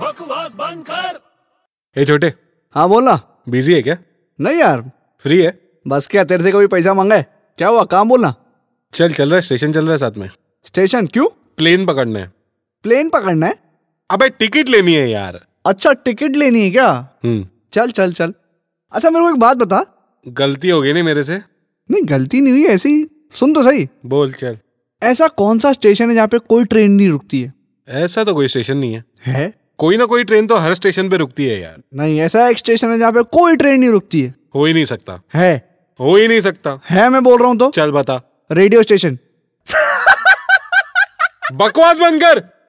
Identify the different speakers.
Speaker 1: बकवास बंद कर
Speaker 2: ए छोटे
Speaker 3: हाँ बोल ना
Speaker 2: बिजी है क्या
Speaker 3: नहीं यार
Speaker 2: फ्री है
Speaker 3: बस क्या तेरे से कभी पैसा मांगा है क्या हुआ काम बोलना
Speaker 2: चल चल रहा है स्टेशन चल रहा है साथ में
Speaker 3: स्टेशन क्यों
Speaker 2: प्लेन पकड़ना है
Speaker 3: प्लेन पकड़ना है
Speaker 2: अबे टिकट लेनी है यार
Speaker 3: अच्छा टिकट लेनी है क्या
Speaker 2: हम्म
Speaker 3: चल चल चल अच्छा मेरे को एक बात बता
Speaker 2: गलती हो गई नहीं मेरे से
Speaker 3: नहीं गलती नहीं हुई ऐसी सुन तो सही
Speaker 2: बोल चल
Speaker 3: ऐसा कौन सा स्टेशन है जहाँ पे कोई ट्रेन नहीं रुकती है
Speaker 2: ऐसा तो कोई स्टेशन नहीं है
Speaker 3: है
Speaker 2: कोई ना कोई ट्रेन तो हर स्टेशन पे रुकती है यार
Speaker 3: नहीं ऐसा एक स्टेशन है जहाँ पे कोई ट्रेन नहीं रुकती है
Speaker 2: हो ही नहीं सकता
Speaker 3: है
Speaker 2: हो ही नहीं सकता
Speaker 3: है मैं बोल रहा हूँ तो
Speaker 2: चल बता
Speaker 3: रेडियो स्टेशन
Speaker 2: बकवास बंद कर